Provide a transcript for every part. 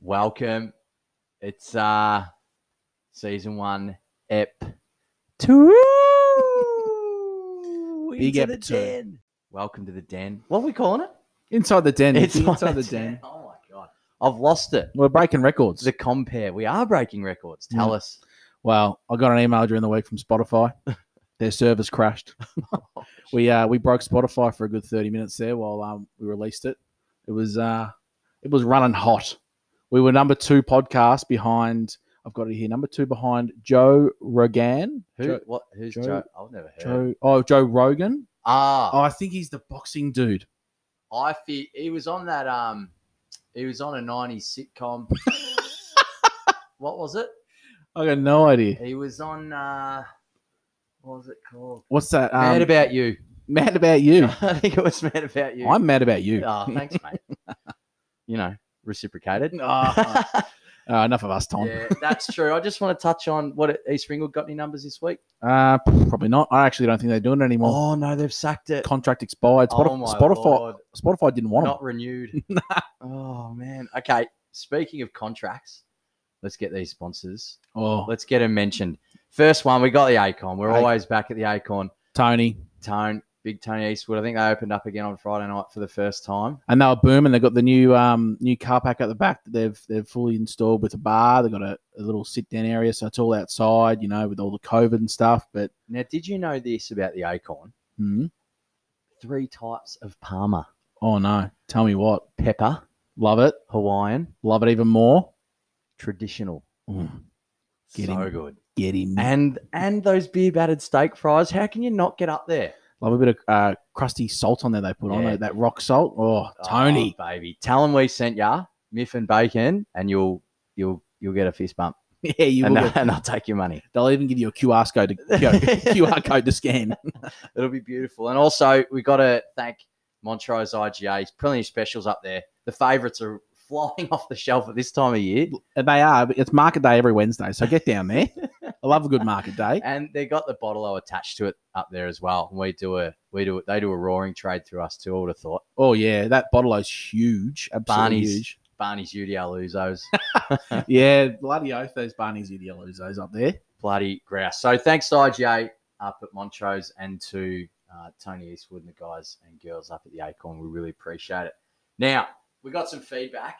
welcome. It's uh season one, ep two. Big Into the ep two. den. Welcome to the den. What are we calling it? Inside the den. It's like- inside the den. Oh my god, I've lost it. We're breaking records. It's a compare. We are breaking records. Tell Yeah. us. Well, I got an email during the week from Spotify. Their servers crashed. Oh, we uh, we broke Spotify for a good thirty minutes there while um, we released it. It was uh, it was running hot. We were number two podcast behind. I've got it here. Number two behind Joe Rogan. Who? Joe, what? Who's Joe? Joe- I've never heard. Joe oh Joe Rogan. Ah, Oh, I think he's the boxing dude. Oh. I feel he was on that. Um, he was on a '90s sitcom. what was it? I got no idea. He was on. Uh, what was it called? What's that? Um, mad about you. mad about you. I think it was mad about you. I'm mad about you. Oh, thanks, mate. you know, reciprocated. Ah. Uh, enough of us, Tom. yeah, that's true. I just want to touch on what East Ringwood got any numbers this week. Uh, probably not. I actually don't think they're doing it anymore. oh no, they've sacked it. Contract expired. oh Spotify, my Spotify, Lord, Spotify didn't want not renewed. oh man. Okay. Speaking of contracts, let's get these sponsors. them. Oh, Let's get them mentioned. First one, we got the Acorn. We're Ac- always back at the Acorn. Tony, Tone, big Tony Eastwood. I think they opened up again on Friday night for the first time. and they were booming. They got the new um new car pack at the back that they've they've fully installed with a bar. They got a, a little sit down area, so it's all outside, you know, with all the COVID and stuff. But Now, did you know this about the Acorn? hmm, Three types of Parma oh no, tell me what, pepper, love it, Hawaiian, love it even more. traditional. Mm, Get so him. good. get him, And and those beer battered steak fries. How can you not get up there? love a bit of uh, crusty salt on there. They put on Yeah. it, that rock salt. Oh, Tony, Oh, baby, tell them we sent ya Miff and Bacon, and you'll you'll you'll get a fist bump, yeah, you. Oh. and, will they'll- get- and I'll take your money. They'll even give you a QR code to go, QR code to scan. It'll be beautiful. And also, we got to thank Montrose IGA. He's plenty of specials up there. The favourites are flying off the shelf at this time of year. And they are. but It's market day every Wednesday, so get down there. I love a good market day. and they got the bottle O attached to it up there as well. And we do a we do it. They do a roaring trade through us too. I would have thought Oh yeah, that bottle is huge. Absolutely Barney's. huge. Barney's UDL Uzos, Yeah, bloody oath those Barney's are the yellows those up there. bloody grouse. So thanks to IGA up at Montrose and to uh, Tony Eastwood and the guys and girls up at the Acorn. We really appreciate it. Now we got some feedback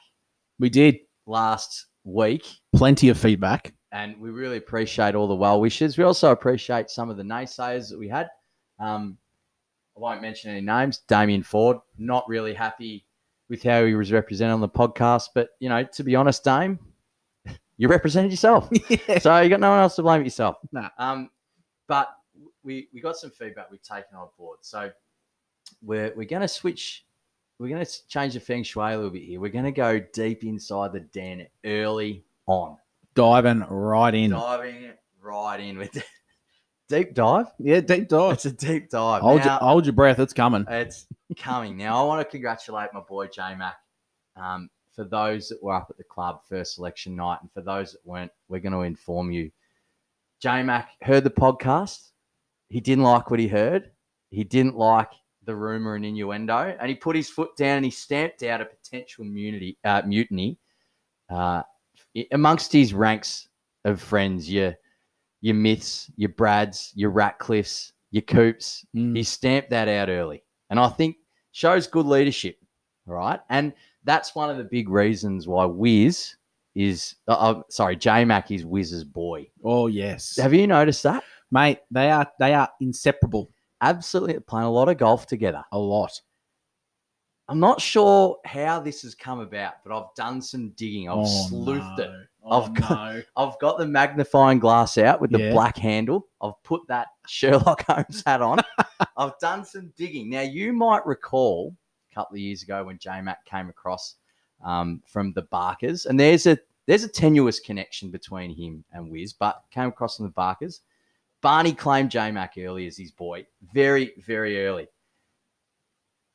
We did last week. plenty of feedback. and we really appreciate all the well wishes. We also appreciate some of the naysayers that we had. Um, I won't mention any names. Damien Ford, not really happy with how he was represented on the podcast, but you know, to be honest, Dame, you represented yourself, yeah. so you got no one else to blame but yourself. Nah. Um, but we we got some feedback we've taken on board, so we're we're going to switch. We're going to change the feng shui a little bit here. We're going to go deep inside the den early on Diving right in. diving right in with deep dive. Yeah, deep dive. It's a deep dive. Oh. Hold, your, now, Uh, hold your breath, it's coming. it's coming. Now I want to congratulate my boy J Mac. Um, for those that were up at the club first selection night, and for those that weren't, we're going to inform you. J Mac heard the podcast. He didn't like what he heard. He didn't like the rumor and innuendo, and he put his foot down and he stamped out a potential mutiny, uh, mutiny uh, i- amongst his ranks of friends. Your your myths, your Brads, your Ratcliffs, your Coops, Mm. he stamped that out early. And I think shows good leadership, all right? And that's one of the big reasons why Wiz is, uh, uh, sorry, J Mac is Wiz's boy. Oh yes. Have you noticed that? Mate, they are they are inseparable Absolutely playing a lot of golf together. a lot. I'm not sure how this has come about, but I've done some digging. I've Oh, sleuthed it. no. Oh, I've got- no. I've got the magnifying glass out with the Yeah. black handle. I've put that Sherlock Holmes hat on. I've done some digging. Now, you might recall a couple of years ago when J Mac came across um, from the Barkers, and there's a there's a tenuous connection between him and Wiz, but came across from the Barkers. Barney claimed J Mac early as his boy, very, very early.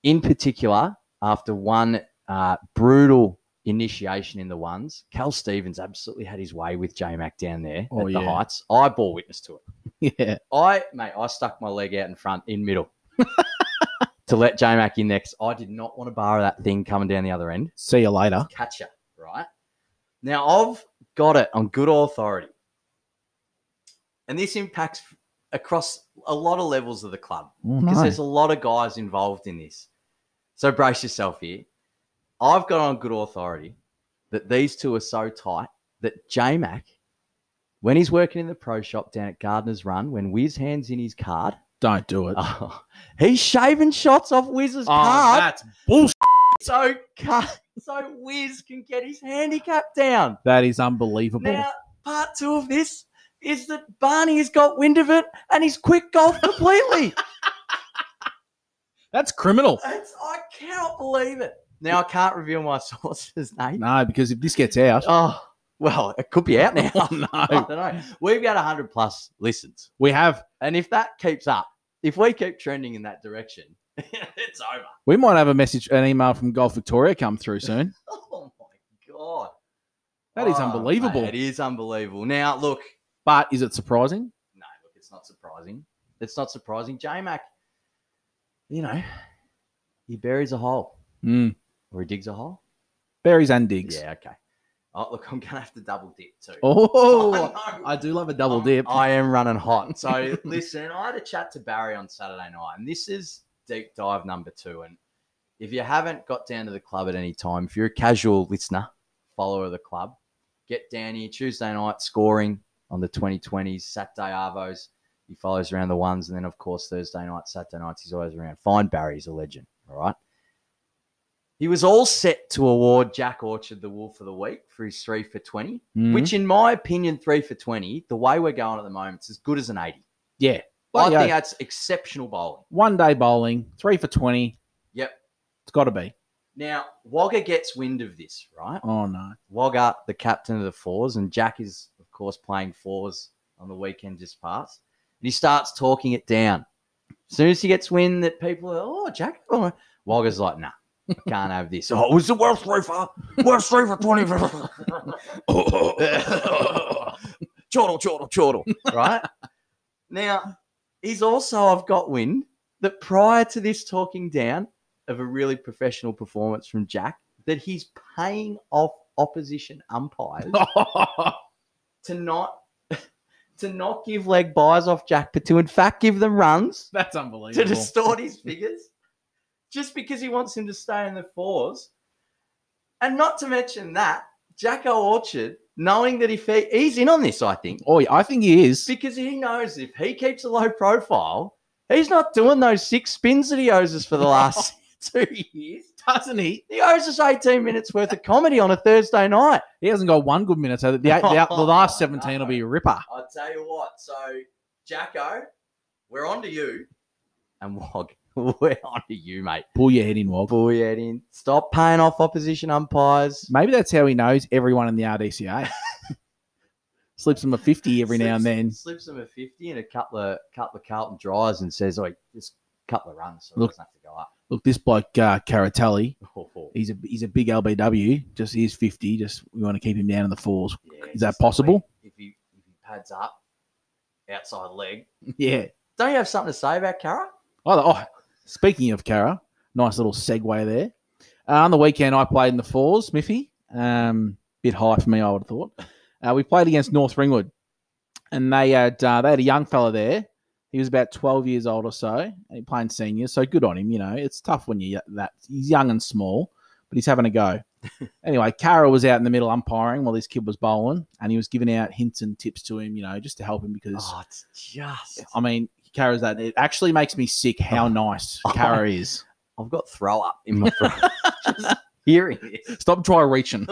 In particular, after one uh, brutal initiation in the ones, Cal Stevens absolutely had his way with J Mac down there Oh, at the yeah. Heights. I bore witness to it. Yeah. I mate, I stuck my leg out in front in middle to let J Mac in next. I did not want to borrow that thing coming down the other end. See you later. Catcher, right? Now I've got it on good authority, and this impacts across a lot of levels of the club Oh, because there's a lot of guys involved in this. So brace yourself here. I've got on good authority that these two are so tight that J Mac, when he's working in the pro shop down at Gardner's Run, when Wiz hands in his card, Don't do it. oh, he's shaving shots off Wiz's Oh, card that's bullshit. so Ca- so Wiz can get his handicap down. That is unbelievable. Now, part two of this is that Barney has got wind of it and he's quick golf completely. that's criminal. It's, I cannot believe it. Now I can't reveal my source's name. No, because if this gets out, Oh well, it could be out now. Oh, I no. don't know. We've got hundred plus listens, we have and if that keeps up, if we keep trending in that direction, it's over. we might have a message, an email from Golf Victoria come through soon. Oh my god, That is Oh, mate, unbelievable. it is unbelievable. Now look, But is it surprising? no, look, it's not surprising. It's not surprising. J Mac, you know, he buries a hole Mm. or he digs a hole. Berries and digs. Yeah, okay. Oh, look, I'm gonna have to double dip too. Oh, I know. I do love a double I'm- dip. I am running hot. So listen, I had a chat to Barry on Saturday night, and this is deep dive number two. And if you haven't got down to the club at any time, if you're a casual listener, follower of the club, get down here Tuesday night scoring on the 2020s, Saturday Arvos. He follows around the ones, and then of course Thursday night, Saturday nights, he's always around. Find Barry's a legend. All right. He was all set to award Jack Orchard the Wolf of the Week for his three for 20 Mm. which in my opinion, three for twenty, the way we're going at the moment, is as good as an eighty. yeah. I Bloody think oath. that's exceptional bowling. One day bowling, three for 20. Yep. It's got to be. Now Wagga gets wind of this, right? Oh, no. Wagga, the captain of the fours, and Jack is of course playing fours on the weekend just past, and he starts talking it down. As soon as he gets wind that people are, oh Jack, oh. Wagga's like, nah, I can't have this. Oh, it was the worst three for worst three for twenty. chortle, chortle, chortle. Right? now, he's also, I've got wind that prior to this talking down of a really professional performance from Jack, that he's paying off opposition umpires to not to not give leg buys off Jack, but to in fact give them runs That's to unbelievable. distort his figures just because he wants him to stay in the fours. And not to mention that, Jacko Orchard, knowing that if he, he's in on this, I think, oh, yeah, I think he is. because he knows if he keeps a low profile, he's not doing those six spins that he owes us for the last two years. Doesn't he? He owes us 18 minutes worth of comedy on a Thursday night. He hasn't got one good minute. So the, the, the, the last 17 will be a ripper. I'll tell you what. So, Jacko, we're on to you. And Wog, we're on to you, mate. Pull your head in, Wob. Bull yet in. Stop paying off opposition umpires. Maybe that's how he knows everyone in the RDCA. Slips him a 50 every now and Slips- then. Slips him a 50 and a couple of, couple of Carlton dries and says, oh, just a couple of runs. So it Look. doesn't have to go up. Look, this bloke, uh, Caratelli, Oh, oh, he's a, he's a big LBW. Just he's 50. Just we want to keep him down in the fours. yeah, Is that just the possible? way- If he, if he pads up outside leg. Yeah. Don't you have something to say about Cara? Oh, oh, speaking of Cara, nice little segue there. Uh, on the weekend, I played in the fours, Miffy. Um, bit high for me, I would have thought. Uh, we played against North Ringwood, and they had uh, they had a young fella there. He was about twelve years old or so, and he playing seniors. So good on him. You know, it's tough when you're that he's young and small, but he's having a go. anyway, Cara was out in the middle umpiring while this kid was bowling, and he was giving out hints and tips to him, you know, just to help him because Oh, it's just. I mean, Kara's that. It actually makes me sick how nice Kara is. I've got throw up in my throat. just hearing this. Stop try reaching.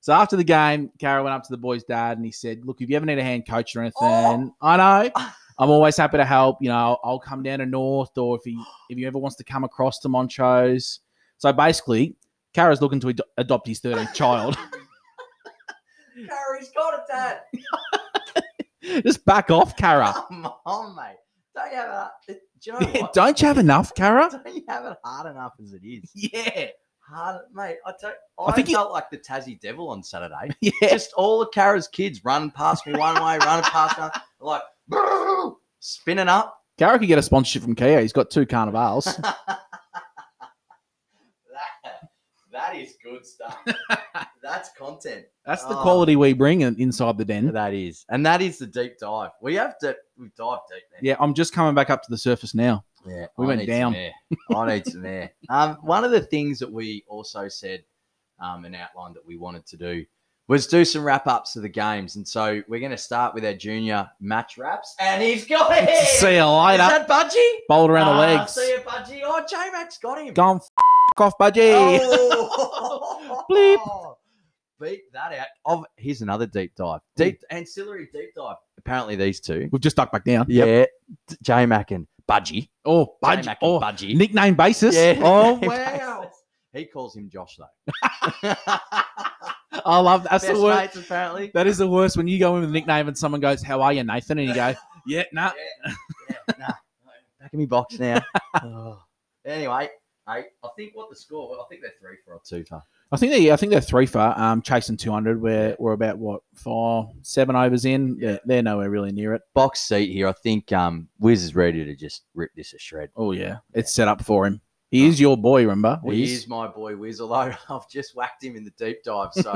So after the game, Kara went up to the boy's dad and he said, "Look, if you ever need a hand coach or anything, Oh. I know I'm always happy to help. You know, I'll, I'll come down to North, or if he if he ever wants to come across to Montrose." So basically, Kara's looking to ad- adopt his 13th child. Cara's got it, Dad. Just back off, Kara. Come on, mate. Don't you have it? Do you know what? Don't you have enough, Kara? Don't you have it hard enough as it is? Yeah, Hard, mate. I, tell, I, I think you- felt like the Tassie Devil on Saturday. yeah. Just all of Kara's kids running past me one way, running past me, another, like "Brrr," spinning up. Kara could get a sponsorship from Kia. He's got two carnivals. that, That is good stuff. That's content. That's the Oh. quality we bring in, inside the den. That is, and that is the deep dive. We have to we dive deep. There. Yeah, I'm just coming back up to the surface now. Yeah, We I went need down. Some air. I need some air. Um, one of the things that we also said um, and outlined that we wanted to do was do some wrap ups of the games, and so we're going to start with our junior match wraps, and he's got it. See you is later. that Budgie? Bowled around the Ah, legs. See you, Budgie. Oh, J Max got him. Gone f- off, budgie. Oh. Bleep. Beat that out. Of here's another deep dive. Deep ancillary deep dive. Apparently these two. We've just ducked back down. Yeah. J Mac and Budgie. Oh, budgie. J-Mac and Oh, Budgie. nickname basis. Yeah. Oh, Nickname wow. basis. He calls him Josh though. I love that. That's Best the worst. mates, apparently. That is the worst when you go in with a nickname and someone goes, "How are you, Nathan?" and you go, "Yeah, nah." Yeah. yeah, nah. Back in me box now. Oh. Anyway, I, I think what the score. I think they're three for a two for. I think they, I think they're three for um, chasing two hundred. We're we're about what four, seven overs in. Yeah, they're nowhere really near it. Box seat here. I think um Wiz is ready to just rip this a shred. Oh yeah, it's set up for him. He is your boy, remember? He is my boy Wiz, although I've just whacked him in the deep dive, so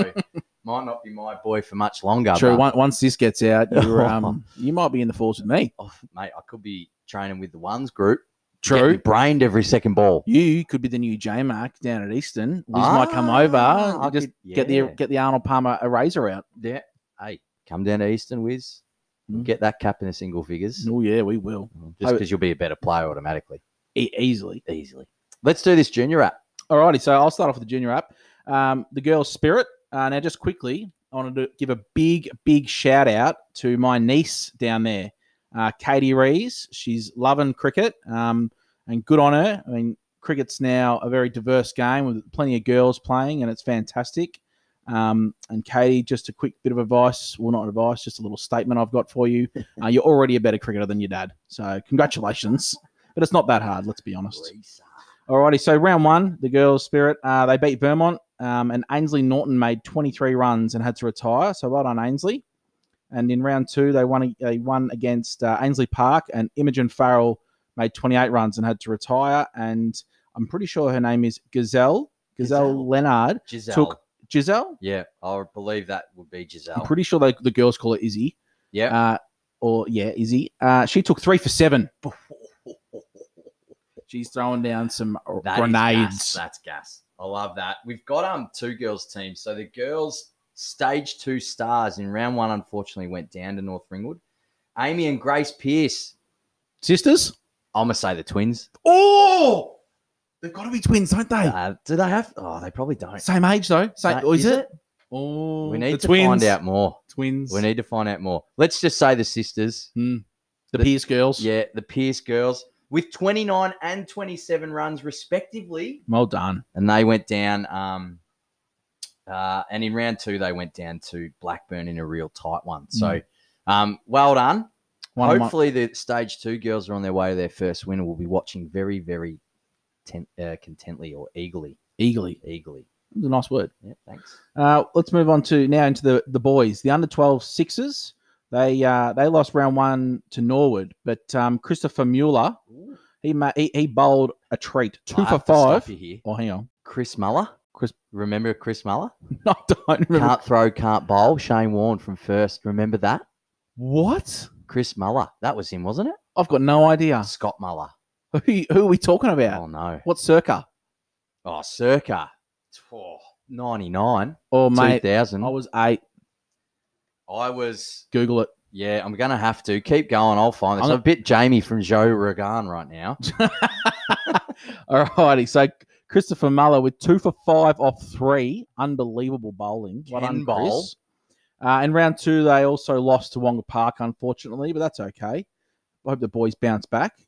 might not be my boy for much longer. True. but- Once, once this gets out, you're, um, you might be in the force with me. Oh, mate, I could be training with the ones group. True. Getting brained every second ball. You could be the new J Mark down at Easton. Wiz might come Ah, over. I you just could- get yeah. the get the Arnold Palmer eraser out. Yeah. Hey, come down to Eastern, Wiz. Mm. Get that cap in the single figures. Oh yeah, we will Just because you'll be a better player automatically, e- easily. easily. Let's do this junior app. Alrighty, so I'll start off with the junior app. Um, the girls' spirit. Uh, now, just quickly, I wanted to give a big, big shout out to my niece down there, uh, Katie Rees. She's loving cricket, um, and good on her. I mean, cricket's now a very diverse game with plenty of girls playing, and it's fantastic. Um, and Katie, just a quick bit of advice, well, not advice, just a little statement I've got for you. Uh, you're already a better cricketer than your dad, so congratulations. But it's not that hard, let's be honest. Lisa. Alrighty, so round one, the girls' spirit, uh, they beat Vermont, um, and Ainsley Norton made 23 runs and had to retire. So well done, Ainsley. And in round two, they won. They won against uh, Ainsley Park, and Imogen Farrell made 28 runs and had to retire. And I'm pretty sure her name is Gazelle Gazelle, Gazelle. Leonard. Giselle. Took- Giselle. yeah, I believe that would be I'm Giselle. pretty sure they, the girls call her Izzy. yeah. Uh, or yeah, Izzy. Uh, she took three for seven. She's throwing down some That is gas. grenades. That's gas. I love that. We've got um two girls teams. So the girls stage two stars in round one unfortunately went down to North Ringwood. Amy and Grace Pierce. Sisters. I'm gonna say the twins. Oh, they've got to be twins, don't they? Uh, do they have? Oh, they probably don't. Same age though. Same. That- oh, is, is it? it? Oh, We the need to twins. find out more. Twins. We need to find out more. Let's just say the sisters. the Pierce girls. Yeah, the Pierce girls with 29 and 27 runs respectively, Well done. and they went down. Um, uh, and in round two, they went down to Blackburn in a real tight one. So, um, well done. Mm. One of my- Hopefully, the stage two girls are on their way to their first winner. We'll be watching very, very ten- uh, contently or eagerly, eagerly. eagerly. That's a nice word. Yeah, thanks. Uh, let's move on to now into the the boys, the under 12 sixes. They uh, they lost round one to Norwood, but um, Christopher Mueller he, ma- he he bowled a treat, two I for have to stop five. you here. Oh, hang on, Chris Muller. Chris- remember Chris Muller? no, I don't remember Can't throw, can't bowl. Shane Warne from first. Remember that? what. Chris Muller. That was him, wasn't it? I've got no idea. Scott Muller. Who, who are we talking about? Oh no. What circa? Oh, circa. Oh, 99, Oh, mate, 2000. I was eight. I was, Google it. yeah, I'm going to have to. Keep going. I'll find this. I'm I'm, a- a bit Jamie from Joe Regan right now. Alrighty, so Christopher Muller with two for five off three, unbelievable bowling. Well Can done, bowl. Chris. Uh, in round two, they also lost to Wonga Park, unfortunately, but that's okay. I hope the boys bounce back.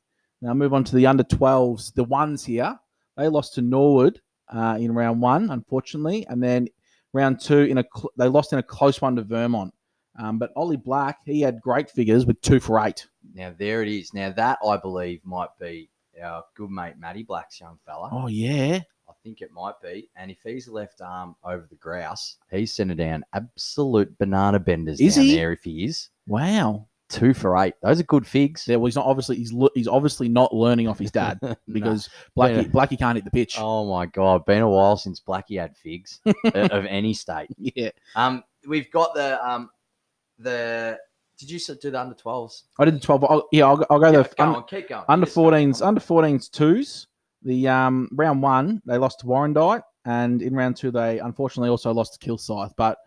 Now move on to the under 12s, the ones here. They lost to Norwood uh, in round one, unfortunately, and then round two in a cl- they lost in a close one to Vermont. Um, but Ollie Black, he had great figures with two for eight. Now, there it is. Now, that I believe might be our good mate, Matty Black's young fella. Oh yeah, I think it might be. And if he's left arm over the grouse, he's sending down absolute banana benders Is down he? there if he is. wow. two for eight. Those are good figs. Yeah, well, he's not obviously he's lo- he's obviously not learning off his dad Nah. because Yeah. Blackie Blackie can't hit the pitch. Oh my god, been a while since Blackie had figs o- of any state. Yeah, Um, we've got the um, the. Did you s- do the under twelves? I did the twelve. I'll, yeah, I'll, go- I'll go Yeah, the go un- on, keep going. under Yes, no, fourteens uh, come on. under fourteens twos. The um, round one they lost to Warrandyte, and in round two they unfortunately also lost to Kilsyth. But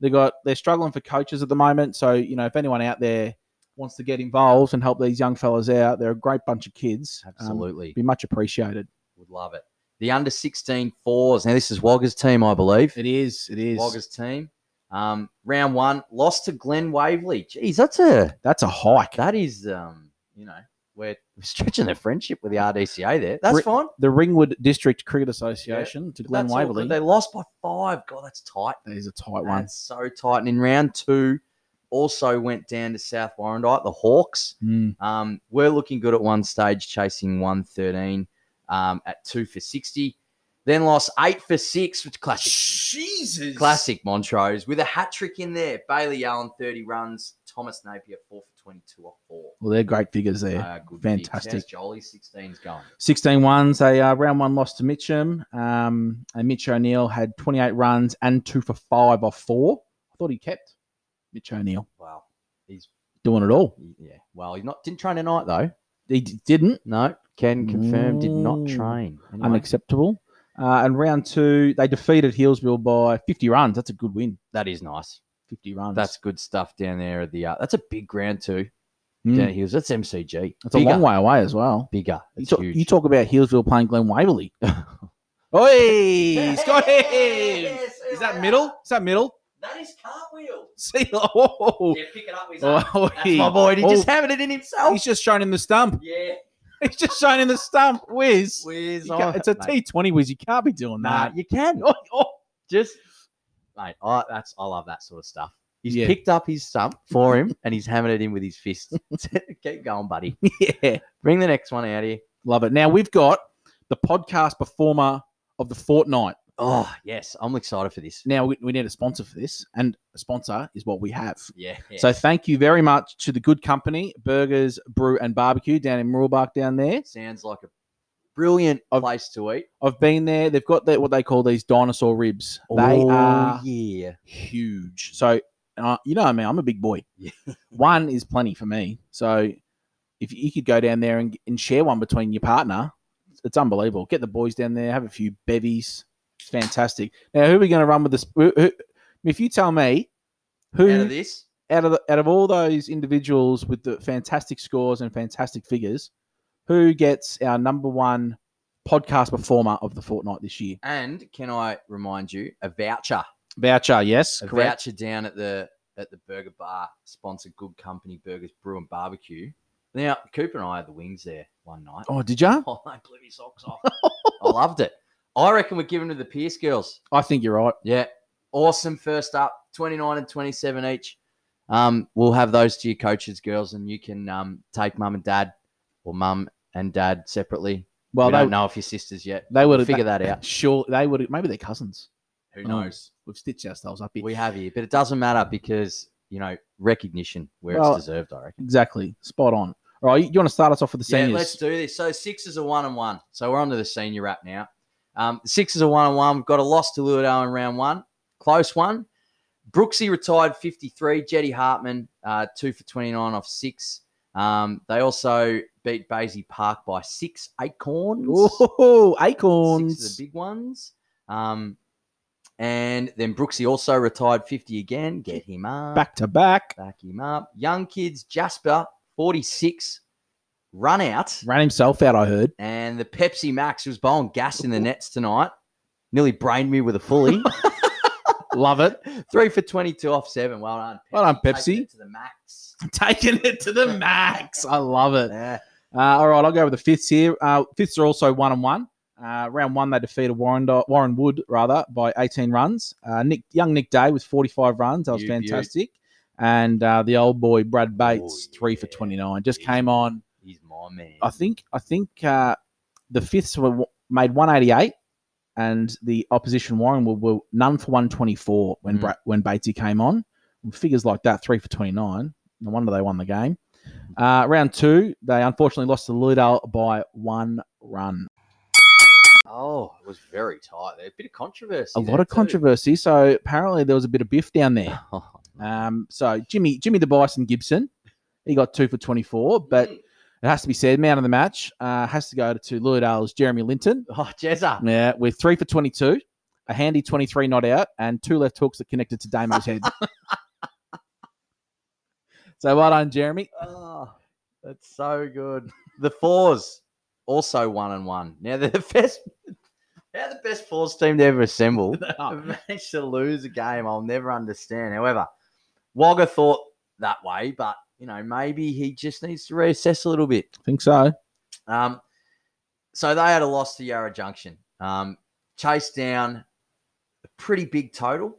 they got they're struggling for coaches at the moment. So you know if anyone out there wants to get involved and help these young fellas out, they're a great bunch of kids. Um, Oh, Absolutely, be much appreciated. would love it. The under 16 fours. Now this is Wagga's team, I believe. It is. It is. Wagga's team. Um, round one lost to Glen Waverley. Geez, that's a That's a hike. that is um, you know, we're we're stretching the friendship with the RDCA there. That's Re- fine. the Ringwood District Cricket Association to But Glen that's all good. Waverley. They lost by five. God, that's tight. That is a tight one. That's so tight. And in round two, also went down to South Warrandyte. The Hawks Mm. um, were looking good at one stage, chasing 113 um, at two for 60. Then lost eight for six, which classic. Jesus. Classic Montrose with a hat trick in there. Bailey Allen, 30 runs. Thomas Napier, 4 for 22 off 4. Well, they're great figures there. Uh, good fantastic. Fantastic. Jolie, 16's going. 16 ones. They uh, round one lost to Mitchum. Um, and Mitch O'Neill had 28 runs and two for five off four. I thought he kept Mitch O'Neill Wow. He's, doing it all. yeah. Well, he's not, didn't train tonight, though. He d- didn't. No. Can confirm, did not Mm. train. Anyway, Unacceptable. Uh, and round two, they defeated Hillsville by 50 runs. That's a good win. that is nice. 50 runs. That's good stuff down there at the. Uh, that's a big ground too. Mm. Down at Hills. That's MCG. That's a long way away as well. Bigger. You It's talk, huge. you talk about Hillsville playing Glen Waverley. Oi, he's got him. Yes, Is that yeah. middle? Is that middle? That is cartwheel. See, oh, Yeah, pick it up. He's up. oh, That's he- my boy. He just Oh. hammered it in himself. he's just shown him the stump. Yeah. He's just shown him the stump. Whiz, Whiz You can't- it's a T twenty whiz. You can't be doing Nah, that. you can. Oh, oh. Just, mate, I, that's, I love that sort of stuff. He's Yeah. picked up his stump for him and he's hammered it in with his fist. Keep going, buddy. Yeah, Bring the next one out here. love it. Now we've got the podcast performer of the fortnight. Oh, yes. I'm excited for this. Now we, we need a sponsor for this, and a sponsor is what we have. Yeah. yeah. So thank you very much to the good company, Burgers, Brew and Barbecue down in Muralbark down there. sounds like a brilliant Of- place to eat. I've been there. They've got that what they call these dinosaur ribs. They Oh, are yeah. huge. So uh, you know I mean, I'm a big boy. Yeah. one is plenty for me. So if you could go down there and, and share one between your partner, it's unbelievable. Get the boys down there, have a few bevies. It's fantastic. Now who are we going to run with this? Who, who, if you tell me who Out of this, out of the, out of all those individuals with the fantastic scores and fantastic figures, who gets our number one podcast performer of the fortnight this year? and can I remind you a voucher, Voucher, yes, a correct. voucher down at the at the burger bar sponsored Good Company Burgers Brew and Barbecue. Now Cooper and I had the wings there one night. Oh, did you? Oh, I blew his socks off. I loved it. I reckon we're giving to the Pierce girls. I think you're right. Yeah, awesome. First up, twenty nine and twenty seven each. Um, we'll have those to your coaches, girls, and you can um, take mum and dad or mum and dad separately. Well, we they don't know if your sisters yet. they would We'll figure that out. Sure, they would. Maybe they're cousins. Who Oh. knows? We've stitched ourselves up here. We have here, but it doesn't matter because you know recognition where Well, it's deserved. I reckon. exactly, spot on. All right, you, you want to start us off with the Yeah, seniors? let's do this. So sixes are one and one. So we're on to the senior wrap now. Um, sixes are one and one. We've got a loss to Ludo in round one, close one. Brooksy retired 53. Jetty Hartman uh, two for 29 off six. Um, they also beat Basie Park by six acorns. Oh, Six of acorns. the big ones. Um, and then Brooksy also retired 50 again. Get him up. Back to back, Back him up. Young kids, Jasper, 46, run out. ran himself out. I heard. And the Pepsi Max was bowling gas in the nets tonight. Nearly brained me with a fully. Love it. Three for 22 off seven. Well done. Well done, Taking Pepsi. it To the max. Taking it to the max. I love it. Yeah. Uh, all right, I'll go with the fifths here. Uh, fifths are also one and one. Uh, round one, they defeated Warren, Warren Wood rather by 18 runs. Uh, Nick, young Nick Day with 45 runs. That was You beaut. fantastic. And uh, the old boy Brad Bates, Oh, three for yeah. 29. Just Yeah. came on. He's my man. I think I think uh, the fifths were made 188, and the opposition Warren were, were none for 124 when Mm. Bra- when Batesy came on. Figures like that, three for 29. No wonder they won the game. Uh, round two, they unfortunately lost to Liddell by one run. Oh, it was very tight there. A bit of controversy. A there lot of too. controversy. So apparently there was a bit of biff down there. Oh, Um, so Jimmy, Jimmy the Bison Gibson, he got two for 24, but mm. it has to be said, man of the match uh, has to go to Lillardale's Jeremy Linton. oh, Jezza. Yeah, with three for 22, a handy 23 not out, and two left hooks that connected to Damo's head. so well done, Jeremy. Oh, that's so good. The fours also one and one. Now they're the best. They're the best fours team to ever assemble. They managed to lose a game. I'll never understand. However, Wagga thought that way, but you know maybe he just needs to reassess a little bit. think so. Um, so they had a loss to Yarra Junction. Um, chased down a pretty big total,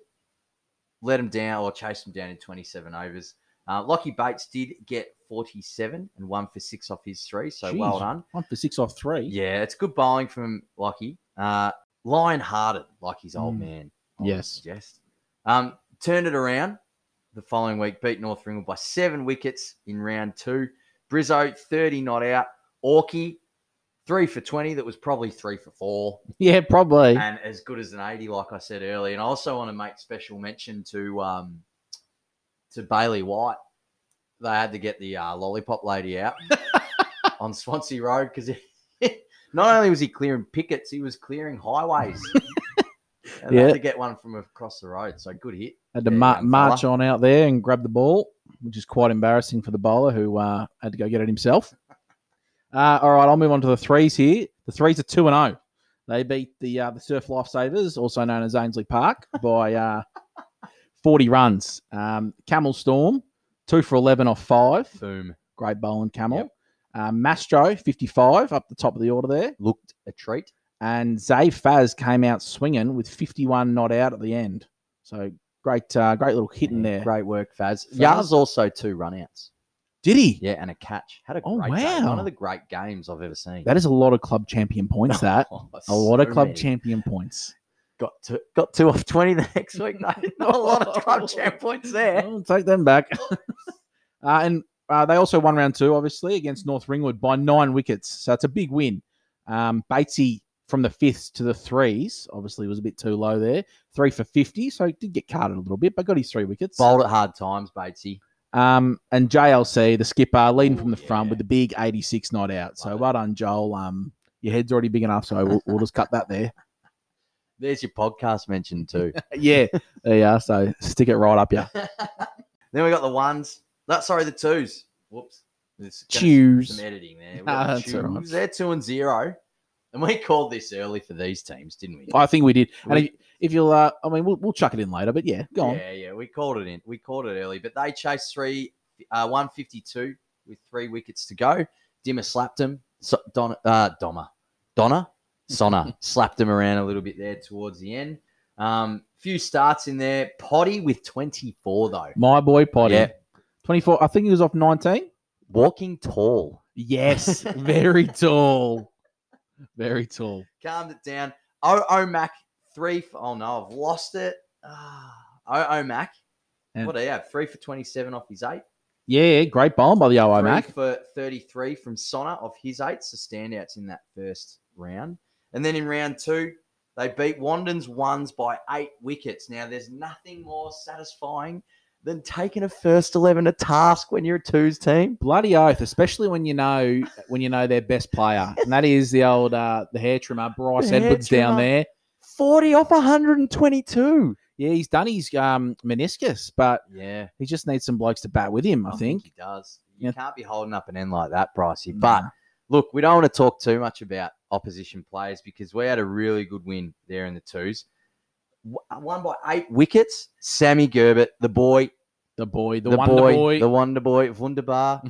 let them down or chased them down in 27 overs. Uh, Lockie Bates did get 47 and one for six off his three, so well Jeez. done. One for six off three. Yeah, it's good bowling from Lockie. Uh, lion hearted, like his old Mm. man. Yes. Yes. Um, turned it around the following week, beat North Ringwood by seven wickets in round two. Brizzo, 30 not out. Orkey, three for 20. That was probably three for four. Yeah, probably. And as good as an 80, like I said earlier. And I also want to make special mention to um, to Bailey White. They had to get the uh, lollipop lady out on Swansea Road because not only was he clearing pickets, he was clearing highways. and they Yeah. had to get one from across the road. So good hit. Had to Yeah, ma- young fella. march on out there and grab the ball, which is quite embarrassing for the bowler who uh, had to go get it himself. Uh, all right, I'll move on to the threes here. The threes are two and zero. They beat the uh, the Surf Lifesavers, also known as Ainsley Park, by uh, forty runs. Um, Camel Storm, two for eleven off five. Boom. Great bowling, Camel. Yep. Uh, Mastro, fifty-five up the top of the order there, Looked a treat. and Zay Faz came out swinging with fifty-one not out at the end. So great, uh, great little hit in there. Great work, Faz. Faz. Yar's also two runouts. Did he? Yeah, and a catch. Had a Oh, great day. One wow. of the great games I've ever seen. That is a lot of club champion points. That Oh, a lot of so club many. champion points. got two, got two off 20 the next week, mate. Not a lot of club champ points there. I'll take them back. uh, and uh, they also won round two, obviously, against North Ringwood by nine wickets. So it's a big win. Um, Batesy from the fifths to the threes, obviously, was a bit too low there. Three for 50, so he did get carded a little bit, but got his three wickets. Bowled at hard times, Batesy. Um, and JLC, the skipper, leading from Ooh, the front yeah. with the big 86 not out. So Love it. well done, Joel. Um, your head's already big enough, so we'll, we'll just cut that there. There's your podcast mention too. yeah, there you are. So stick it right up, yeah. then we got the ones. That sorry, the twos. Whoops. There's gonna be Chews. Some editing there. We Nah, got the that's all right. twos. They're two and zero. And we called this early for these teams, didn't we? I think we did. And We- if, if you'll, uh, I mean, we'll, we'll chuck it in later, but yeah, go on. Yeah, yeah, we called it in. We called it early, but they chased three, uh, one fifty two with three wickets to go. Dimmer slapped him. So, Don, uh, Donna, Donna, Sonna slapped him around a little bit there towards the end. Um, few starts in there. Potty with twenty four though. My boy Potty. Yeah. 24. I think he was off 19. Walking tall, Yes. very tall. Very tall. calmed it down. O O Mac three. For, oh no, I've lost it. Ah, O O Mac. Yeah. What do you have? Three for twenty seven off his eight. Yeah, great bowling by the OI three Mac. for 33 from Sonna of his eight, so standouts in that first round. And then in round two, they beat Wandon's ones by eight wickets. Now, there's nothing more satisfying than taking a first 11 to task when you're a twos team. Bloody oath, especially when you know when you know their best player, and that is the old uh, the hair trimmer Bryce The hair Edwards down trimmer. there. 40 off 122. Yeah, he's done his um, meniscus, but Yeah, he just needs some blokes to bat with him. I, think. he does. You Yeah. can't be holding up an end like that, Brycey. But look, we don't want to talk too much about opposition players because we had a really good win there in the twos. W- One by eight wickets. Sammy Gerbert, the boy, the boy, the, the, one, boy, boy, the wonder boy, Wunderbar.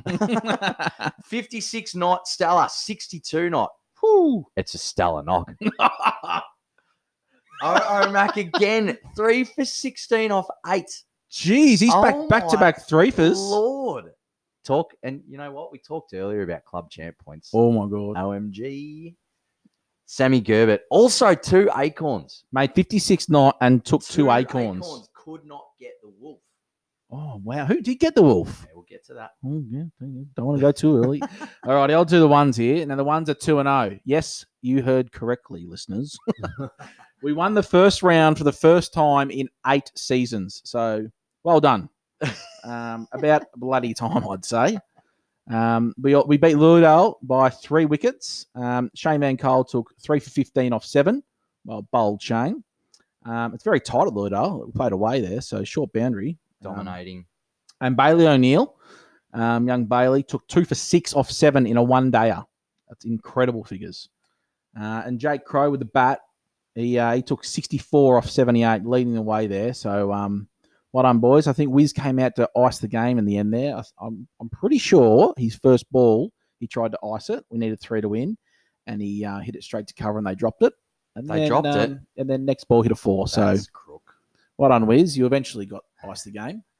56 knot, Stella, 62 knot. Whew. It's a Stella knock. Oh, Mac again, three for 16 off eight. Jeez, he's Oh back back to my back three threefers. Lord. Talk, and you know what? We talked earlier about club champ points. Oh my god. OMG. Sammy Gerbert. Also two acorns. made 56 not and took two, acorns. Could not get the wolf. Oh wow, who did get the wolf? Yeah, we'll get to that. Oh, yeah, don't don't want to go too early. All righty, I'll do the ones here. Now the ones are two and zero. Yes, you heard correctly, listeners. we won the first round for the first time in eight seasons. So well done. Um, about bloody time, I'd say. Um, we we beat Ludo by three wickets. Um, Shane Van Cole took three for fifteen off seven. Well, bold Shane. Um, it's very tight at Ludo. We played away there, so short boundary. Um, Dominating. and Bailey O'Neill, um, young Bailey, took two for six off seven in a one dayer. That's incredible figures. Uh, and Jake Crow with the bat, he uh, he took 64 off 78, leading the way there. So, um, well done, boys. I think Wiz came out to ice the game in the end there. I, I'm, I'm pretty sure his first ball, he tried to ice it. We needed three to win, and he uh, hit it straight to cover and they dropped it. And They dropped it. um, And then next ball hit a four. so, That's crook. well done, Wiz. You eventually got ice the game.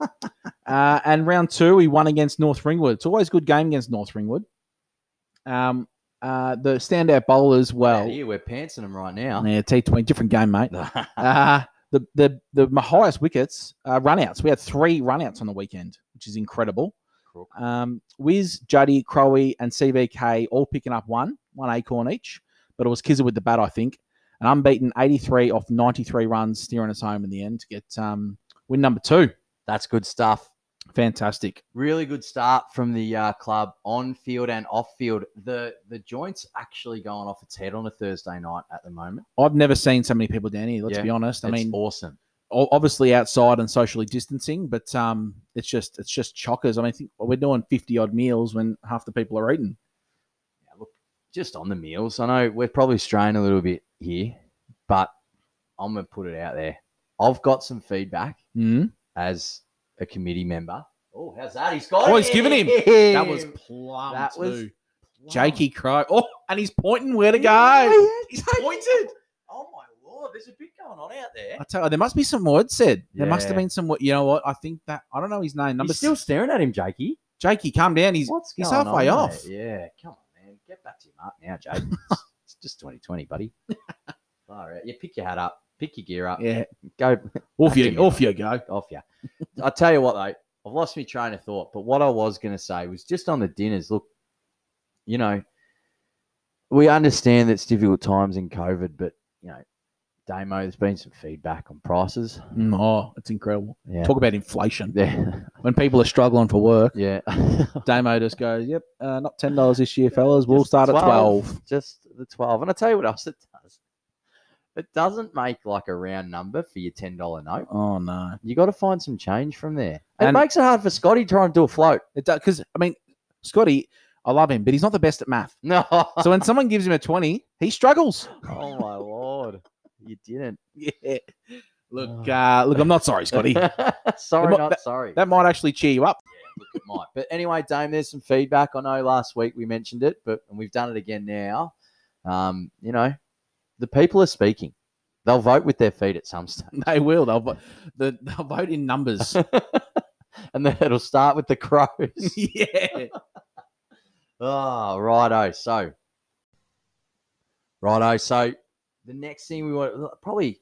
uh, and round two, we won against North Ringwood. It's always a good game against North Ringwood. Um, uh, the standout bowlers, Well, well, here we're pantsing them right now. yeah, T twenty different game, mate. Uh, the the the highest wickets uh, runouts. We had three runouts on the weekend, which is incredible. Crook. Um, Wiz, Juddy, Crowe, and CVK all picking up one, one acorn each. But it was Kizza with the bat, I think. An unbeaten 83 off 93 runs, steering us home in the end to get um, win number two. That's good stuff. Fantastic. Really good start from the uh, club on field and off field. The the joints actually going off its head on a Thursday night at the moment. I've never seen so many people down here. Let's Yeah, be honest. I it's mean, awesome. o- obviously outside and socially distancing, but um, it's just it's just chockers. I mean, I think we're doing 50 odd meals when half the people are eating. Yeah, look, just on the meals. I know we're probably straying a little bit here, but I'm gonna put it out there. I've got some feedback Mm. as a committee member. Oh, how's that? He's got Oh, he's giving him. That was plum. That was too. Jakey Crow. Oh, and he's pointing where to go. He's pointed. Uh, Oh my lord, there's a bit going on out there. I tell you, there must be some words said. There must have Yeah. been some. wo- You know what? I think that I don't know his name. Number Number still six. staring at him, Jakey. Jakey, calm down. He's What's he's going halfway on, off. mate? Yeah, come on, man, get back to your mark now, Jakey. It's- it's just 2020, buddy. All right, yeah, pick your hat up, pick your gear up, yeah. go Back Off to you, me. off you go. off you. I'll tell you what, though, I've lost my train of thought, but what I was going to say was just on the dinners. Look, you know, we understand that it's difficult times in COVID, but, you know, Damo, there's been some feedback on prices. Mm, oh, it's incredible. Yeah. Talk about inflation. Yeah. When people are struggling for work, yeah. Damo just goes, "Yep, uh, not ten dollars this year, fellas. We'll Just start at twelve. Just the 12. And I'll tell you what else it does. It doesn't make like a round number for your $10 note. Oh no, You got to find some change from there. And- it makes it hard for Scotty trying to do a float. it does because I mean, Scotty, I love him, but he's not the best at math. No. So when someone gives him a twenty, he struggles. oh, my Lord. You didn't. Yeah. Look, Oh. uh, look, I'm not sorry, Scotty. sorry, It mi- not sorry. that might actually cheer you up. Look, it might. But anyway, Dame, there's some feedback. I know last week we mentioned it, but and we've done it again now. Um, you know, the people are speaking. They'll vote with their feet at some stage, They will. They'll, vo- the, they'll vote in numbers. and then it'll start with the crows. yeah. oh, righto. So, righto. So, the next thing we want probably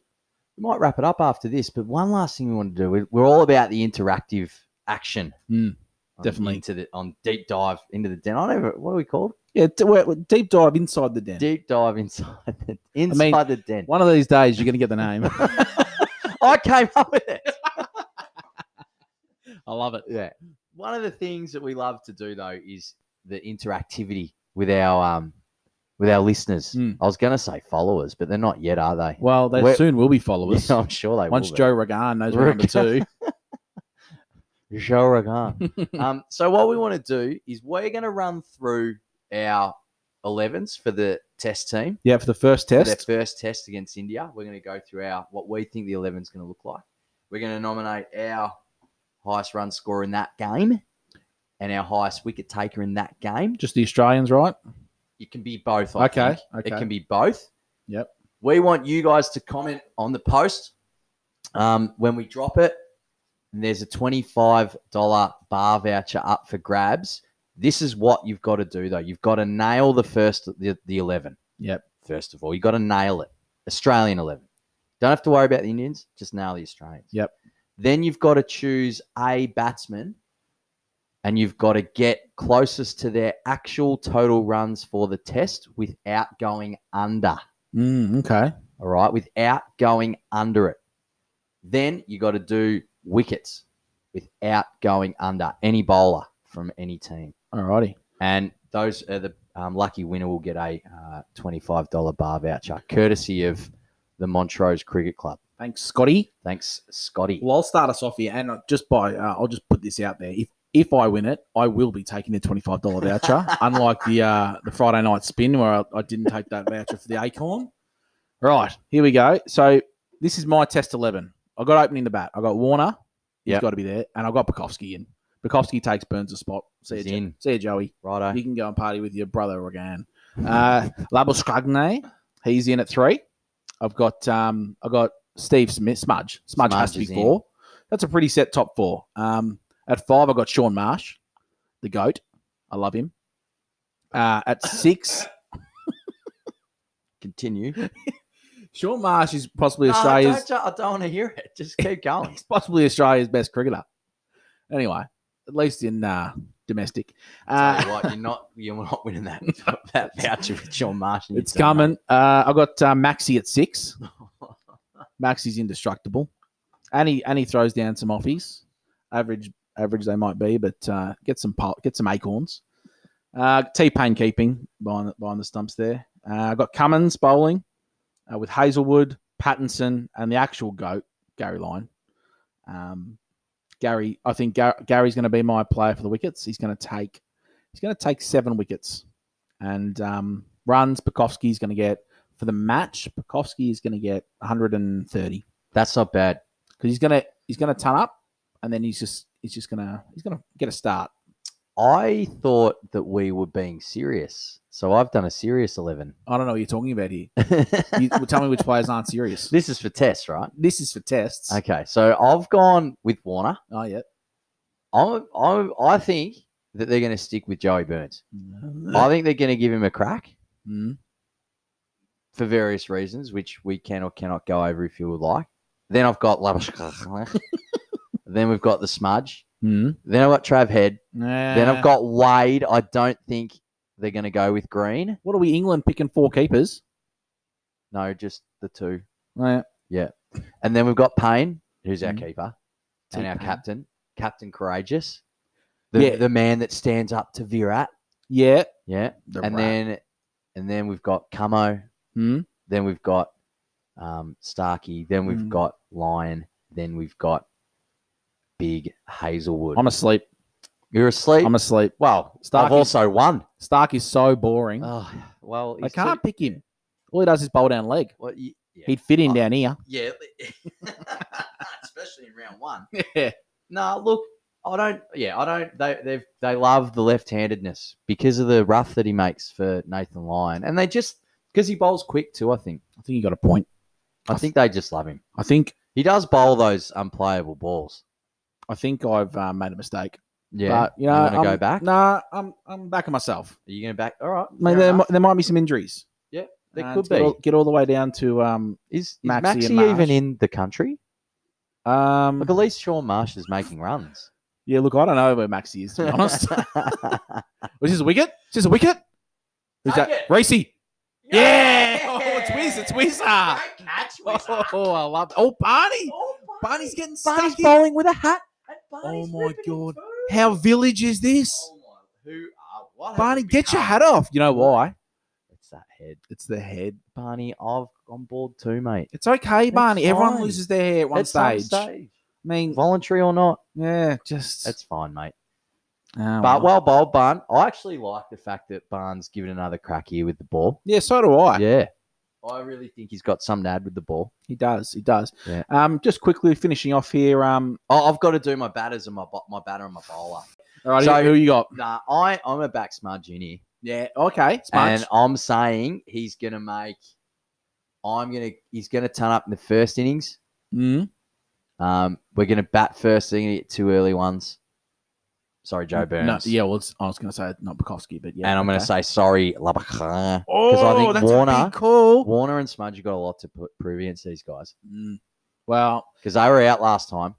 we might wrap it up after this, but one last thing we want to do. we- We're all about the interactive action. Mm, on definitely. into the on deep dive into the den. I don't know what are we called. Yeah, d- we're- we're deep dive inside the den. deep dive inside the inside the den. One of these days, you're going to get the name. I came up with it. I love it. Yeah. One of the things that we love to do though is the interactivity with our um with our listeners. Mm. I was gonna say followers, but they're not yet, are they? Well, they We're- soon will be followers. Yeah, I'm sure Oh, they Once will. be. Joe Regan knows we're number two. Joe Rogan. um, so what we want to do is we're going to run through our 11s for the test team. Yeah, for the first for test. their first test against India. We're going to go through our what we think the 11 is going to look like. We're going to nominate our highest run scorer in that game and our highest wicket taker in that game. Just the Australians, right? It can be both. I Okay. think. Okay. It can be both. Yep. We want you guys to comment on the post um, when we drop it. And there's a $25 bar voucher up for grabs. This is what you've got to do, though. You've got to nail the first, the, the 11. Yep. First of all, you've got to nail it. Australian 11. Don't have to worry about the Indians. Just nail the Australians. Yep. Then you've got to choose a batsman and you've got to get closest to their actual total runs for the test without going under. Mm, okay. All right, without going under it. Then you got to do wickets without going under any bowler from any team. Alrighty. And those are the um, lucky winner will get a uh, $25 bar voucher, courtesy of the Montrose Cricket Club. Thanks, Scotty. Thanks, Scotty. Well, I'll start us off here, and uh, just by uh, I'll just put this out there. If if I win it, I will be taking the twenty five dollar voucher, unlike the uh, the Friday night spin where I, I didn't take that voucher for the Acorn. Right here we go. So this is my test eleven. I got opening the bat. I got Warner. He's Yep. got to be there, and I got Bukowski in. Bukowski takes Burns a spot. See you, He's Jo- in. see you, Joey. Righto. You can go and party with your brother again. Uh, Labuschagne, he's in at three. I've got um, I got Steve Smith, Smudge. Smudge, Smudge has to be is in. four. That's a pretty set top four. Um, at five, I got Sean Marsh, the goat. I love him. Uh, at six, Continue. Sean Marsh is possibly No, I, Australia's don't, I don't want to hear it. Just keep going. Oh, he's possibly Australia's best cricketer. Anyway, at least in uh, domestic. Uh, Tell you what, you're not you're not winning that that voucher with John Marsh. and your It's team, mate. coming. Uh, I got uh, Maxi at six. Maxi's indestructible, and he and he throws down some offies. Average, average they might be, but uh, get some pul- get some acorns. Uh, T Pain keeping behind the, behind the stumps there. Uh, I got Cummins bowling uh, with Hazelwood, Pattinson, and the actual goat Gary Lyon. Um, Gary, I think Gar- Gary's going to be my player for the wickets. He's going to take he's going to take seven wickets and um, runs. Bukowski's going to get for the match. Bukowski is going to get 130 That's not bad. because he's going to he's going to turn up, and then he's just he's just going to he's going to get a start. I thought that we were being serious, so I've done a serious eleven. I don't know what you're talking about here. You, well, tell me which players aren't serious. this is for tests, right? This is for tests. Okay, so I've gone with Warner. Oh yeah. I I I think that they're going to stick with Joey Burns. I think they're going to give him a crack Mm. for various reasons, which we can or cannot go over if you would like. Then I've got Labuschagne. then we've got the Smudge. Mm. Then I've got Trav Head. Then Nah. I've got Wade. I don't think they're going to go with Green. Uh, What are we? England picking four keepers. Uh, No, just the two. Yeah. And then we've got Payne, who's our Mhm. keeper Take and our Payne. captain, Captain Courageous, the, Yeah. the man that stands up to Virat. Yeah. Yeah. The and rat. then and then we've got Camo. Mm. Then we've got um, Starkey. Then we've Mhm. got Lion. Then we've got Big Hazelwood. I'm asleep. You're asleep. I'm asleep. well, I've Starkey's- also won. Stark is so boring. Oh, well, I he's too- can't pick him. All he does is bowl down leg. well, you- yeah. He'd fit in Oh. down here. Yeah, especially in round one. Yeah. No, look, I don't. Yeah, I don't. They they they love the left-handedness because of the rough that he makes for Nathan Lyon, and they just because he bowls quick too. I think. I think you got a point. I think they just love him. I think He does bowl those unplayable balls. I think I've uh, made a mistake. Yeah, but, you know, um, want to go I'm- back? Nah, I'm I'm backing myself. Are you going to back? All right, I mean, fair there, mi- enough. there might be some injuries. There and could to Get all, be. get all the way down to um Is, is Maxi and Maxi Marsh. even in the country? um. Look, at least Sean Marsh is making runs. yeah, look, I don't know where Maxi is to be honest. Was this a wicket? Is this a wicket? Who's Take that? it. Racy. Yeah! Oh, it's Wiz, it's Great Wizard. catch, Oh, I love. Oh, Barney. Barney's getting Barney's stuck. in. bowling with Oh a hat. Barney's my ripping it God. How village is this? Who are what? Barney, get your hat off. You know why? It's that head, It's the head. Barney. I've on board too, mate. It's okay, Barney. Everyone fine. loses their hair at one At some stage. I mean, voluntary or not, yeah, just. that's fine, mate. Oh, But well bowled, Barn. I actually like the fact that Barnes given another crack here with the ball. Yeah, so do I. Yeah, I really think he's got some to add with the ball. He does. He does. Yeah. Um, just quickly finishing off here. Um, Oh, I've got to do my batters and my bo- my batter and my bowler. all right, So- who you got? Nah, I I'm a back smart junior. Yeah. Okay. Smudge. And I'm saying he's gonna make. I'm gonna. He's gonna turn up in the first innings. Mm. Um, we're gonna bat first. They're gonna get two early ones. Sorry, Joe Burns. Mm, No, yeah. Well, it's, I was going to say not Bukowski, but yeah. And I'm gonna okay. say sorry, Labakhan. oh, I think that's a Warner- big call. Warner and Smudge have got a lot to put, prove against these guys Mm. Well, because they were out last time.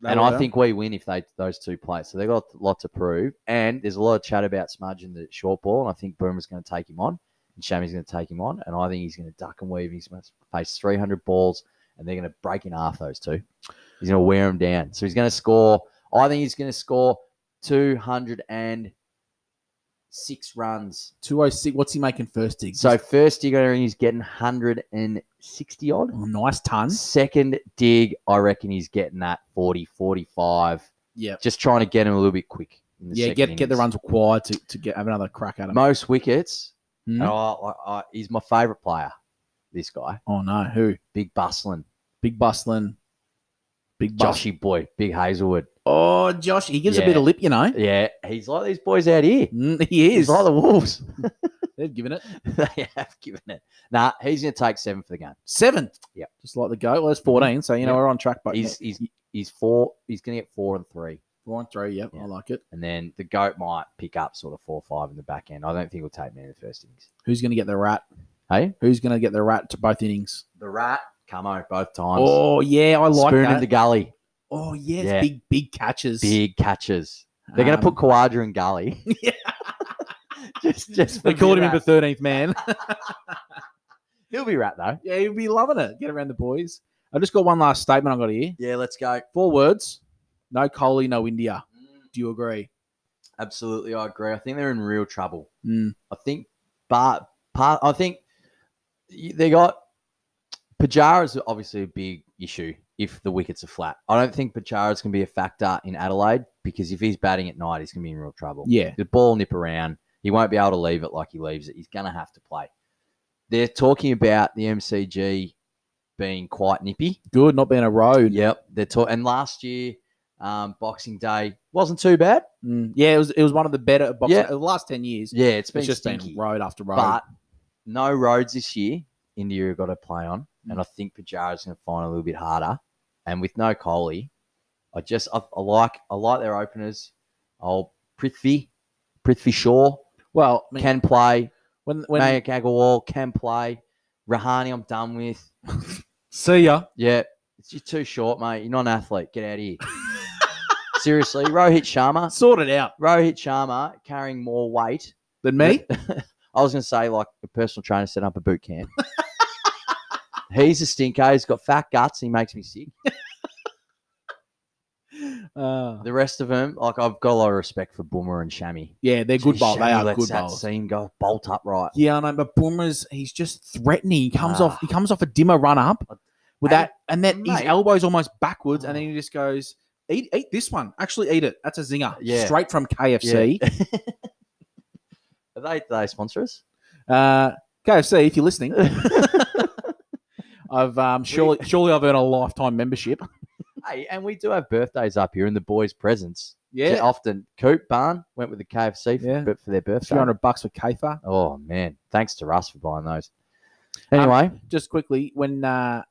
They and were I down. think we win if they those two play. So they've got a lot to prove. And there's a lot of chat about Smudge in the short ball. And I think Boomer's going to take him on. And Shammy's going to take him on. And I think he's going to duck and weave. He's going to face 300 balls. And they're going to break in half those two. He's going to wear them down. So he's going to score. I think he's going to score 206 runs. 206. What's he making first dig? So first dig, I reckon he's getting 160 odd. Oh, nice ton. Second dig, I reckon he's getting that 40, 45. Yeah. Just trying to get him a little bit quick. in the Yeah, second get get the innings. runs required to, to get have another crack at him. Most wickets. Hmm? and I, I, I, he's my favourite player, this guy. Oh no, who? Big bustling. Big Bustlin. Big Bus- Joshy boy. Big Hazelwood. Oh, Josh, he gives a bit Yeah. of lip, you know. Yeah, he's like these boys out here. Mm, he He's is. like the Wolves. They've given it they have given it. Nah, he's going to take seven for the game. seven. Yep. just like the goat. Well, that's fourteen. So you know Yep. we're on track, but He's, he's, he's four. He's going to get four and three. we're on three. Yep, Yeah. I like it. And then the GOAT might pick up sort of four or five in the back end. I don't think he'll take many in the first innings. Who's going to get the rat? Hey? Who's going to get the rat to both innings? The rat, come on, both times. Oh yeah, I like Spoon that. in the gully. oh yes, Yeah. big big catches. Um, Big catches. They're going to put Kawadra in gully. Yeah. just, just They for called him me in for rat. thirteenth man. He'll be rat though. yeah, he'd be loving it. Get around the boys. I just got one last statement I got here. Yeah, let's go. Four words. No Kohli, no India. Do you agree? Absolutely, I agree. I think they're in real trouble. Mm. I think, but part, I think y- they got Pajara's obviously a big issue if the wickets are flat. I don't think Pajara's going to be a factor in Adelaide because if he's batting at night, he's going to be in real trouble. Yeah. The ball nip around. He won't be able to leave it like he leaves it. He's going to have to play. They're talking about the MCG being quite nippy. Good, not being a road. Yep. They're talking. And last year, um, Boxing Day wasn't too bad. Mm. Yeah, it was it was one of the better boxing Yeah. the last ten years. Yeah, it's been it's just stinky. been road after road. But no roads this year. India have got to play on, Mm. and I think Pajara's going to find it a little bit harder. And with no Kohli, I just I, I like I like their openers. Oh, Prithvi, Prithvi Shaw well, I mean, can play. when when Mayak Agarwal can play. Rahani, I'm done with. see ya, Yeah, it's you're too short, mate. You're not an athlete. Get out of here. Seriously, Rohit Sharma. sort it out. Rohit Sharma carrying more weight Than me, I was going to say, like, a personal trainer set up a boot camp. he's a stinker. He's got fat guts. He makes me sick. uh, The rest of them, like, I've got a lot of respect for Boomer and Shammy. yeah, they're good bowl. They are good that bowlers. seam go bolt upright. Yeah, I know, but Boomer's he's just threatening. He comes Ah. off he comes off a dimmer run up with Hey, that and then his mate. elbow's almost backwards and Oh. then he just goes, Eat eat this one. Actually eat it. That's a zinger. Yeah. Straight from KFC. Are they, do they sponsor us? Uh KFC, if you're listening. I've um surely surely I've earned a lifetime membership. Hey, and we do have birthdays up here in the boys' presence. Yeah. Often, Coop Barn went with the KFC for, Yeah. but for their Three birthday. hundred bucks for Kafer. Oh, man. Thanks to Russ for buying those. Um, Anyway, Just quickly, when uh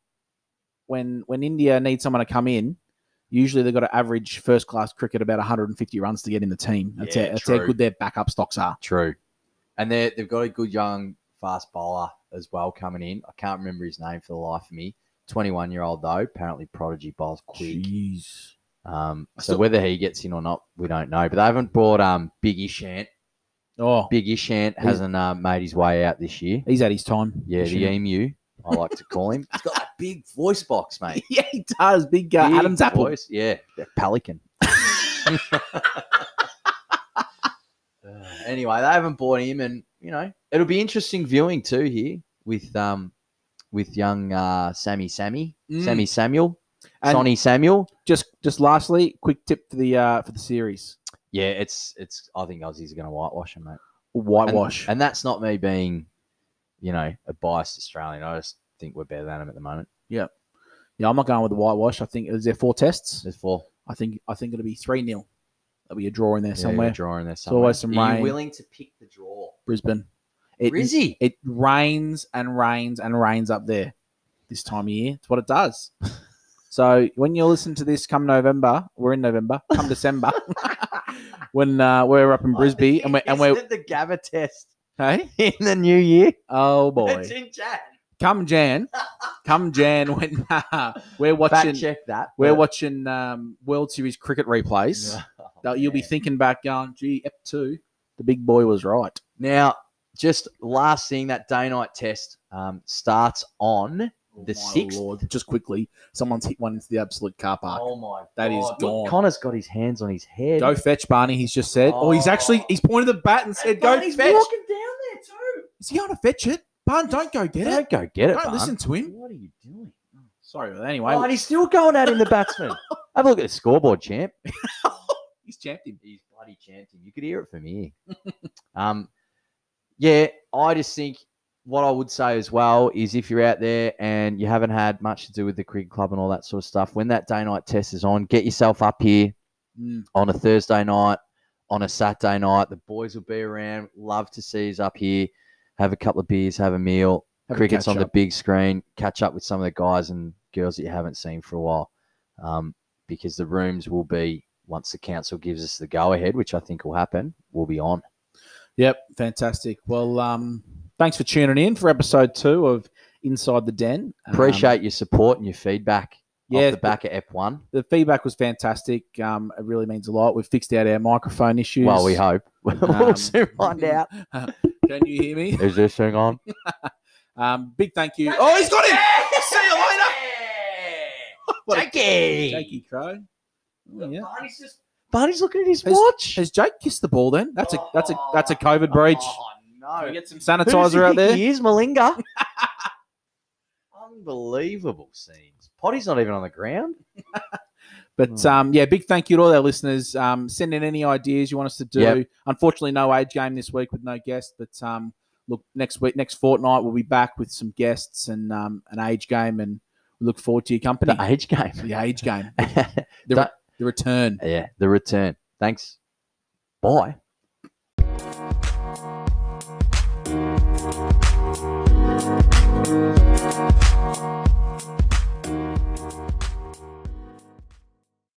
when when India needs someone to come in, usually they've got to average first class cricket about 150 runs to get in the team. That's Yeah, it. That's how true. good their backup stocks are. True. And they they've got a good young fast bowler as well coming in. I can't remember his name for the life of me. 21 year old though, apparently prodigy bowls quick. Jeez. Um, so still- whether he gets in or not, we don't know. But they haven't brought um Biggie Shant. Oh, Biggie Shant He's- hasn't uh, made his way out this year. he's at his time. Yeah, this the year. emu, I like to call him. He's got a big voice box, mate. yeah, he does. Big uh, Big Adam's apple. voice. Yeah, the pelican. Uh, anyway, they haven't bought him, and you know it'll be interesting viewing too here with um with young uh, Sammy Sammy Mm. Sammy Samuel And Sonny Samuel. Just, just lastly, quick tip for the uh for the series: Yeah, it's it's. I think Aussies are going to whitewash him, mate. And- whitewash. and that's not me being, you know, a biased Australian. I just think we're better than them at the moment. yeah, I'm not going with the whitewash. I think is there four tests. There's four. I think I think it'll be three 0 That'll be a draw in there Yeah, somewhere. drawing there somewhere. always some Are rain. you willing to pick the draw? Brisbane. It, Rizzy. it rains and rains and rains up there this time of year. It's what it does. so when you listen to this, come November, we're in November. Come December, when uh, we're up in Brisbane and we're and we're Isn't it the Gabba test hey. in the new year. Oh boy. in Jan. come Jan, come Jan when uh, we're watching Fact check that. we're but- watching um, World Series cricket replays. Oh, that You'll be man. thinking back, going, "Gee, Ep two, the big boy was right." now. Just last thing, that day-night test um, starts on Oh My the sixth. Lord, just quickly, someone's hit one into the absolute car park. Oh my! That is God. Look, gone. Connor's got his hands on his head. Go fetch Barney. He's just said. Oh, he's actually Oh. he's pointed the bat and said, And "Go Barney's fetch." walking down there too. Is he going to fetch it? Barn, don't go get Don't it. go get it. Don't Barn. listen to him. What are you doing? Sorry, but anyway, Why he's still going at him, the batsman. Have a look at the scoreboard, champ. he's champed him. He's bloody chanting. You could hear it from here. um, yeah, I just think what I would say as well is if you're out there and you haven't had much to do with the cricket club and all that sort of stuff, when that day night test is on, get yourself up here Mm. on a Thursday night, on a Saturday night. The boys will be around. Love to see us up here. Have a couple of beers, have a meal. Have a Cricket's on the catch-up. big screen. Catch up with some of the guys and girls that you haven't seen for a while, um, because the rooms will be once the council gives us the go ahead, which I think will happen. We'll be on. Yep, fantastic. Well, um, thanks for tuning in for episode two of Inside the Den. Um, Appreciate your support and your feedback. yeah, off the back of Ep One. The feedback was fantastic. Um, it really means a lot. We've fixed out our microphone issues. Well, we hope we'll Um, soon find out. Can you hear me? Is this thing on? Um, big thank you. Oh, he's got him. See you later. What a- Jakey. Jakey Crow. Oh, yeah. Barney's just Barney's looking at his Has- watch. Has Jake kissed the ball? Then that's a that's a that's a COVID breach. Oh, Can we no. get some sanitizer out there. He is Malinga. Unbelievable scenes. Potty's not even on the ground. But Mm. um, yeah, big thank you to all our listeners. Um, send in any ideas you want us to do. Yep. Unfortunately, no age game this week with no guest. But um, look, next week, next fortnight, we'll be back with some guests and um, an age game, and we look forward to your company. The age game. The age game, yeah, the return. the return. Thanks. Bye.